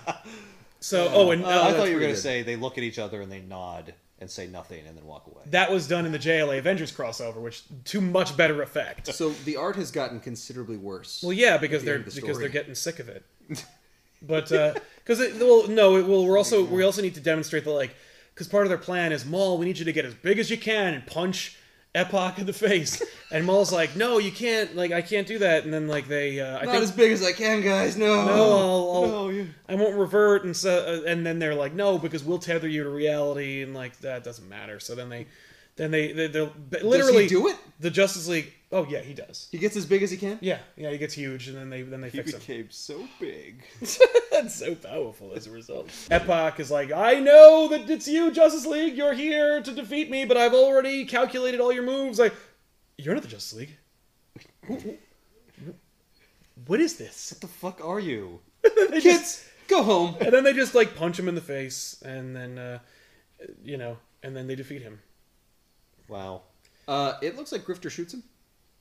A: So, oh, and uh,
B: I thought you were
C: pretty
B: going to
C: good.
B: say they look at each other and they nod and say nothing and then walk away.
A: that was done in the JLA Avengers crossover, which to much better effect.
C: So the art has gotten considerably worse.
A: Well, yeah, because
C: the
A: they're
C: end of the
A: because they're
C: story.
A: getting sick of it. But because it well, no, it, well, we're also we also need to demonstrate that like because part of their plan is Maul, we need you to get as big as you can and punch Epoch in the face, and Maul's like, no, you can't, like I can't do that, and then like they, uh, I
C: Not
A: think.
C: as big as I can, guys. No.
A: no, I'll, I'll,
B: No, you-
A: I won't revert, and so uh, and then they're like, no, because we'll tether you to reality, and like that doesn't matter. So then they, then they, they they're but literally
C: Does he do it?
A: the Justice League. Oh yeah, he does.
C: He gets as big as he can.
A: Yeah, yeah, he gets huge, and then they then they
B: He
A: fix him.
B: became so big.
A: That's so powerful as a result. Epoch is like, I know that it's you, Justice League. You're here to defeat me, but I've already calculated all your moves. Like, you're not the Justice League. Who- who- What is this?
B: What the fuck are you?
A: They just-
C: Kids, go home.
A: and then they just like punch him in the face, and then uh, you know, and then they defeat him.
B: Wow.
C: Uh, it looks like Grifter shoots him.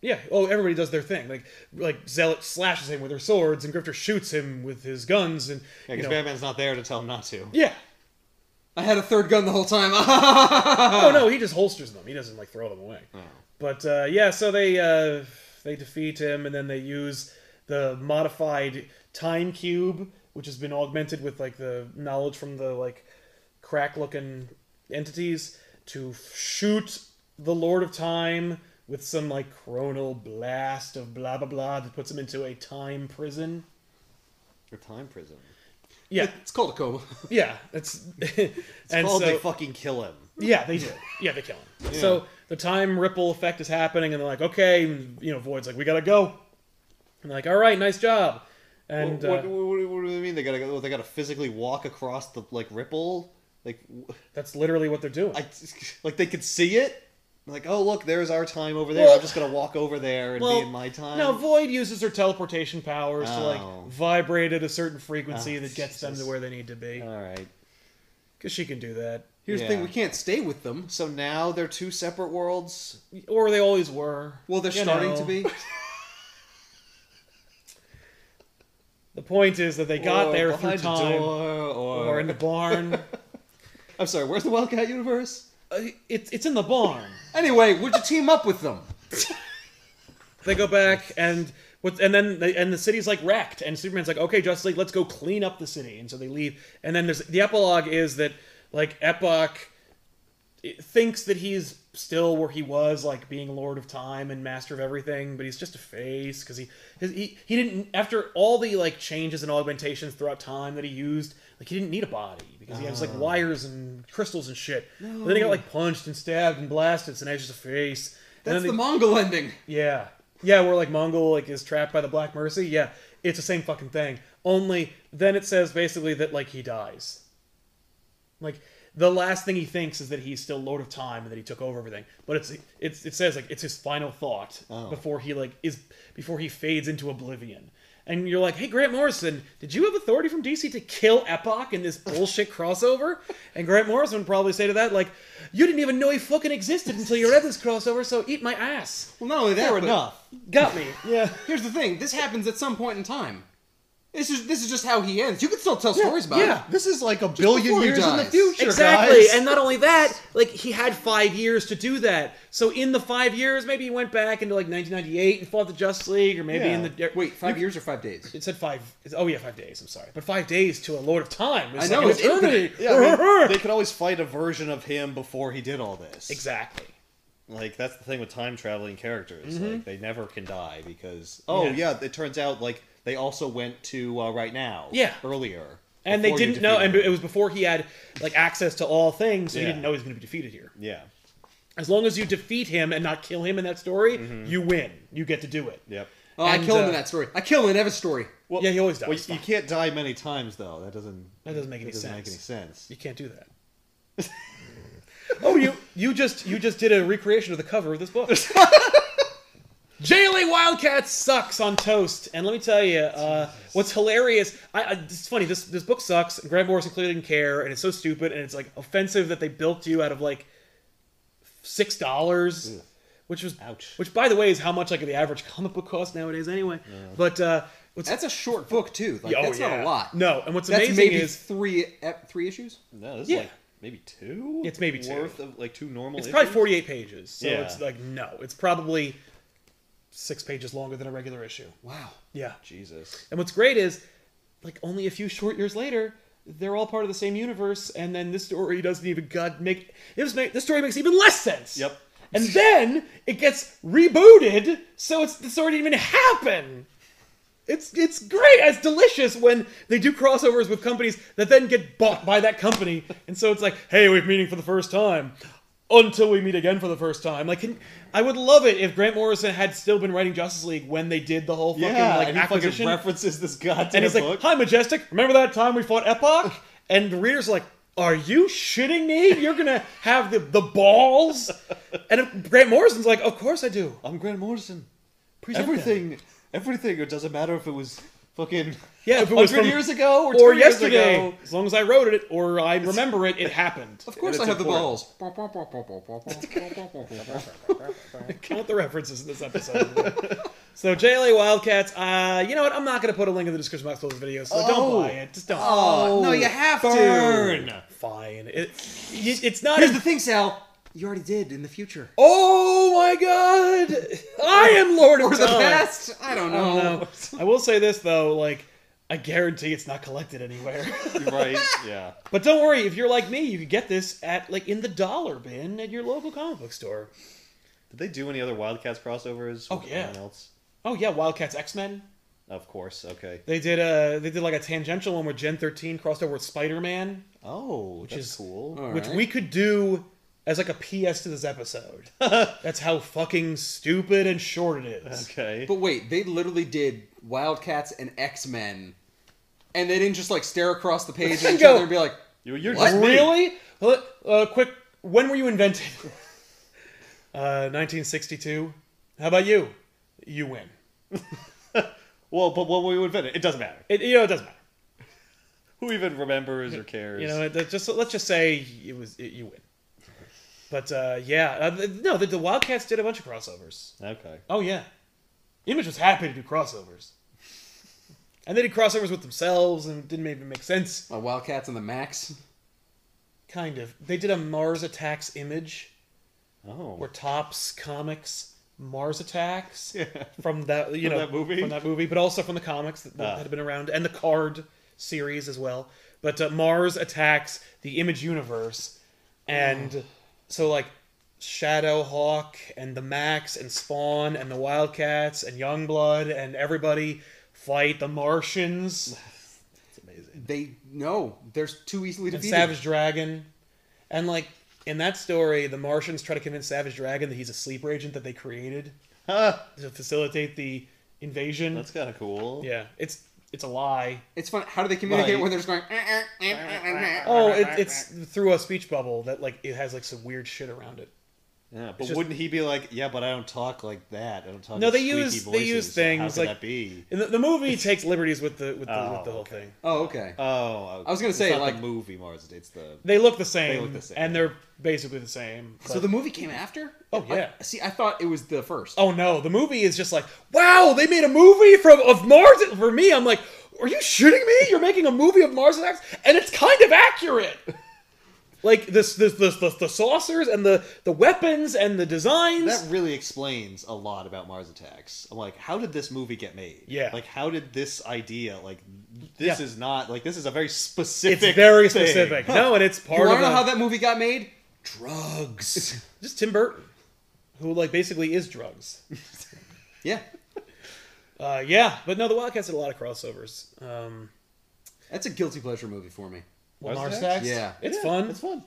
A: Yeah. Oh, everybody does their thing. Like, like Zealot slashes him with her swords, and Grifter shoots him with his guns, and
B: Yeah,
A: you
B: because
A: know-
B: Batman's not there to tell him not to.
A: yeah.
C: I had a third gun the whole time.
A: Oh no, he just holsters them. He doesn't like throw them away.
B: Oh.
A: But uh, yeah, so they uh, they defeat him, and then they use the modified time cube, which has been augmented with like the knowledge from the like crack looking entities to shoot the Lord of Time with some like chronal blast of blah blah blah that puts him into a time prison.
B: Or time prison.
A: Yeah,
C: It's called a coma.
A: yeah, that's and
B: oh,
A: so
B: they fucking kill him.
A: Yeah, they do. Yeah, they kill him. So the time ripple effect is happening, and they're like, okay, and, you know, Void's like, we gotta go. And they're like, all right, nice job. And
B: what, what,
A: uh,
B: what, what do they mean? They gotta go- they gotta physically walk across the like ripple. Like w-
A: that's literally what they're doing.
B: I like they could see it. Like oh look, there's our time over there.
A: Well-
B: I'm just gonna walk over there and
A: Well,
B: be in my time.
A: No, Void uses her teleportation powers to
B: Oh.
A: like vibrate at a certain frequency
B: Oh,
A: that gets them to
B: Jesus. Uh.
A: where they need to be,
B: All right.
A: because she can do that.
C: Here's
B: Yeah.
C: the thing: we can't stay with them.
B: So now they're two separate worlds.
A: Or they always were.
C: Well, they're
A: You
C: starting
A: know.
C: to be.
A: The point is that they got
B: Or
A: there through
B: behind a
A: time,
B: door,
A: or
B: or,
A: in the barn.
B: I'm sorry. Where's the Wildcat universe?
A: uh, it's it's in the barn.
C: Anyway, would you team up with them?
A: They go back and what, and then they, and the city's like wrecked, and Superman's like, okay, Justice League, let's go clean up the city, and so they leave. And then there's the epilogue is that like Epoch thinks that he's still where he was, like being Lord of Time and Master of Everything, but he's just a face because he, his, he he didn't after all the like changes and augmentations throughout time that he used, like he didn't need a body because he has
C: Oh.
A: like wires and crystals and shit. But then he got like punched and stabbed and blasted, so now he's just a face. And then
C: That's the
A: they-
C: Mongol ending.
A: yeah. Yeah, where like Mongol like is trapped by the Black Mercy. Yeah. It's the same fucking thing. Only then it says basically that like he dies. Like the last thing he thinks is that he's still Lord of Time and that he took over everything. But it's it's it says like it's his final thought
B: Oh.
A: before he like is before he fades into oblivion. And you're like, hey Grant Morrison, did you have authority from DC to kill Epoch in this bullshit crossover? And Grant Morrison would probably say to that like, You didn't even know he fucking existed until you read this crossover, so eat my ass.
C: Well, not only that,
B: Fair
C: but
B: enough.
A: Got me.
B: Yeah.
C: here's the thing: this happens at some point in time. This is this is just how he ends. You can still tell stories about
B: yeah.
C: it.
B: This is like a billion
C: before he
B: years in the
C: dies.
B: future,
A: Exactly.
B: guys.
A: And not only that, like he had five years to do that. So in the five years, maybe he went back into like 1998 and fought the Justice League, or maybe
B: Yeah.
A: in the er,
C: Wait, five years or five days?
A: It said five. Oh yeah, five days. I'm sorry, but five days to a Lord of Time. Is
C: I know,
A: like an
C: it's
A: eternity.
C: infinite.
B: Yeah, I mean, they could always fight a version of him before he did all this.
A: exactly.
B: Like that's the thing with time traveling characters. Like they never can die because Mm-hmm. oh
A: Yeah.
B: yeah. it turns out like they also went to uh, right now.
A: Yeah.
B: earlier.
A: And they
B: before you
A: didn't know, and
B: defeated
A: it was before he had like access to all things, so he
B: Yeah.
A: didn't know he was going to be defeated here.
B: him. yeah,
A: As long as you defeat him and not kill him in that story,
B: Mm-hmm.
A: you win. You get to do it.
B: yep.
C: Oh,
A: And,
C: I kill him
A: uh,
C: in that story. I kill him in every story.
B: Well,
A: Yeah, he always dies.
B: Well,
A: It's
B: you, you
A: fine.
B: can't die many times though. That doesn't
A: That doesn't make any
B: doesn't
A: sense.
B: Make any sense.
A: You can't do that. oh, you you just you just did a recreation of the cover of this book. JLA Wildcats sucks on toast, and let me tell you, uh, what's hilarious. I, I, it's funny. This this book sucks. And Grant Morrison clearly didn't care, and it's so stupid, and it's like offensive that they built you out of like six dollars, which was
B: Ouch.
A: Which, by the way, is how much like the average comic book costs nowadays, anyway. But uh, what's
C: That's a short book too. Like
A: oh,
C: that's not
A: yeah.
C: a lot.
A: No, and what's
C: that's
A: amazing
C: maybe
A: is
C: three ep- three issues.
B: No, this
A: Yeah.
B: is like maybe two.
A: It's maybe two.
B: worth of like two normal.
A: It's probably
B: issues?
A: 48 pages. So
B: Yeah.
A: it's like, no, it's probably six pages longer than a regular issue.
C: Wow.
A: Yeah.
B: Jesus.
A: And what's great is, like, only a few short years later, they're all part of the same universe, and then this story doesn't even God make it was make, this story makes even less sense.
B: Yep.
A: And then it gets rebooted, so it's the story didn't even happen. It's it's great. It's delicious when they do crossovers with companies that then get bought by that company, and so it's like, hey, we're meeting for the first time, until we meet again for the first time. Like, can, I would love it if Grant Morrison had still been writing Justice League when they did the whole fucking
B: Yeah,
A: like
B: and he fucking
A: acquisition.
B: references this goddamn
A: and he's like,
B: book.
A: "Hi, Majestic. Remember that time we fought Epoch?" and the readers are like, "Are you shitting me? You're gonna have the the balls?" and Grant Morrison's like, "Of course I do."
B: I'm Grant Morrison.
A: Present them."
B: everything, everything. It doesn't matter if it was fucking
A: Yeah, if it was
B: 100
A: from-
B: years ago or,
A: Or
B: 20 years
A: yesterday,
B: ago. Oh
A: as long as I wrote it or I remember it, it happened.
C: Of course,
B: it's
C: I have
B: important.
C: the balls.
A: Count the references in this episode. so JLA Wildcats, uh, you know what? I'm not gonna put a link in the description box below this video, so don't
B: Oh.
A: buy it. Just don't.
C: Oh, no, you have
B: burn.
C: to.
A: Fine. It, it- it's not.
C: Here's
A: as-
C: the thing, Sal. You already did in the future.
A: oh my god! I am Lord of
C: Or the
A: Time.
C: past? I don't know.
A: No. I will say this though, like I guarantee it's not collected anywhere.
B: right? Yeah.
A: but don't worry, if you're like me, you can get this at like in the dollar bin at your local comic book store.
B: Did they do any other Wildcats crossovers?
A: Oh,
B: with
A: yeah.
B: Anyone else?
A: Oh yeah, Wildcats X Men.
B: Of course. Okay.
A: They did a they did like a tangential one where Gen thirteen crossed over with Spider Man,
B: Oh, which
A: is-
B: is cool.
C: All
A: which
C: right.
A: we could do as like a PS to this episode. That's how fucking stupid and short it is.
B: Okay.
C: But wait, they literally did Wildcats and X Men, and they didn't just like stare across the page at each
A: Go.
C: other and be like,
B: You- you're
C: What?
B: just me.
A: Really? Well, uh, quick, when were you invented? uh, 1962. How about you? You win.
B: Well, but what we would invent it, it doesn't matter.
A: It, you know, it doesn't matter.
B: Who even remembers or cares?
A: You know, it, it just let's just say it was it, you win. But uh, yeah, uh, th- no, the, the Wildcats did a bunch of crossovers.
B: Okay.
A: Oh yeah, Image was happy to do crossovers, and they did crossovers with themselves, and it didn't even make sense.
C: "Uh, Wildcats and the Max.
A: Kind of. They did a Mars Attacks Image.
B: Oh.
A: were tops comics mars attacks
B: Yeah.
A: from that you
B: From
A: know
B: that movie?
A: from that movie but also from the comics that, that
B: Ah.
A: had been around and the card series as well but uh, mars attacks the image universe and
B: Mm.
A: so like shadow hawk and the max and spawn and the wildcats and youngblood and everybody fight the martians
B: That's amazing.
C: They no, there's too easily
A: and
C: defeated.
A: savage dragon and like in that story the martians try to convince savage dragon that he's a sleeper agent that they created
B: Huh,
A: to facilitate the invasion.
B: that's kind of cool.
A: yeah, it's it's a lie.
C: It's fun. How do they communicate
B: Right.
C: when they're just going? "Eh, eh, eh, eh, eh, eh, eh."
A: Oh, it, it's through a speech bubble that like it has like some weird shit around it.
B: Yeah, but
A: It's just-
B: wouldn't he be like, yeah, but I don't talk like that. I don't talk.
A: No,
B: in
A: they
B: squeaky
A: use-
B: voices,
A: they use
B: so how
A: things
B: could
A: like-
B: that be.
A: And the, the movie takes liberties with the with the,
B: Oh,
A: with the whole
B: okay.
A: thing.
C: Oh, okay.
B: Oh,
C: I was gonna
B: it's
C: say,
B: not
C: like-
B: the movie Mars. It's the
A: They look the same,
B: look the same.
A: and they're basically the same.
C: so
A: but-
C: the movie came after?
A: Oh,
C: I-
A: yeah.
C: see, I thought it was the first.
A: oh no, the movie is just like, wow, they made a movie from of Mars. For me, I'm like, are you shitting me? You're making a movie of Mars attacks, and it's kind of accurate. Like this, this, this, the, the saucers and the the weapons and the designs.
B: that really explains a lot about Mars Attacks. I'm like, how did this movie get made?
A: Yeah.
B: like how did this idea like this
A: Yeah.
B: is not like this is a very
A: it's
B: specific.
A: very
B: thing.
A: specific. No, and it's part
C: you
A: of
C: want to know
A: the-
C: how that movie got made? Drugs.
A: just Tim Burton, who like basically is drugs.
C: yeah,
A: Uh, yeah, but no, the Wildcats had a lot of crossovers. Um,
C: that's a guilty pleasure movie for me.
A: well,
B: Mars
A: Mars
B: Attacks?
A: Attacks,
C: Yeah.
A: it's fun.
B: It's fun.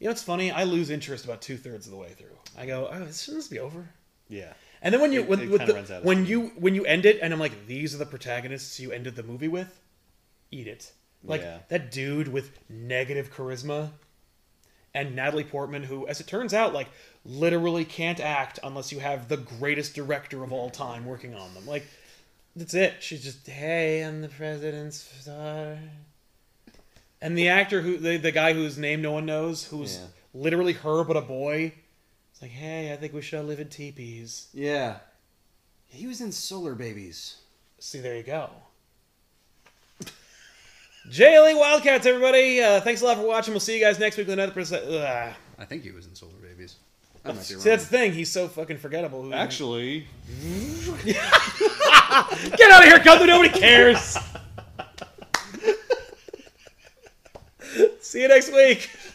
A: You know, it's funny. I lose interest about two thirds of the way through. I go, oh, this shouldn't this be over?
B: Yeah.
A: And then when you
B: It-
A: when
B: it
A: with
B: kinda
A: the-
B: runs out of
A: when
B: steam.
A: you when you end it, and I'm like, these are the protagonists you ended the movie with. Eat it, like
B: Yeah.
A: that dude with negative charisma, and Natalie Portman, who, as it turns out, like literally can't act unless you have the greatest director of all time working on them. Like, that's it. She's just, hey, I'm the president's daughter. And the actor who the, the guy whose name no one knows, who's
B: Yeah.
A: literally her but a boy. It's like, hey, I think we should all live in teepees.
C: Yeah, he was in Solar Babies.
A: See, there you go. JLE Wildcats, everybody. Uh, thanks a lot for watching. We'll see you guys next week with another. Pres- uh,
C: I think he was in Solar Babies. I might be
A: see, that's
C: wrong.
A: the thing. He's so fucking forgettable.
B: Actually,
A: get out of here, Gunther. Nobody cares. see you next week.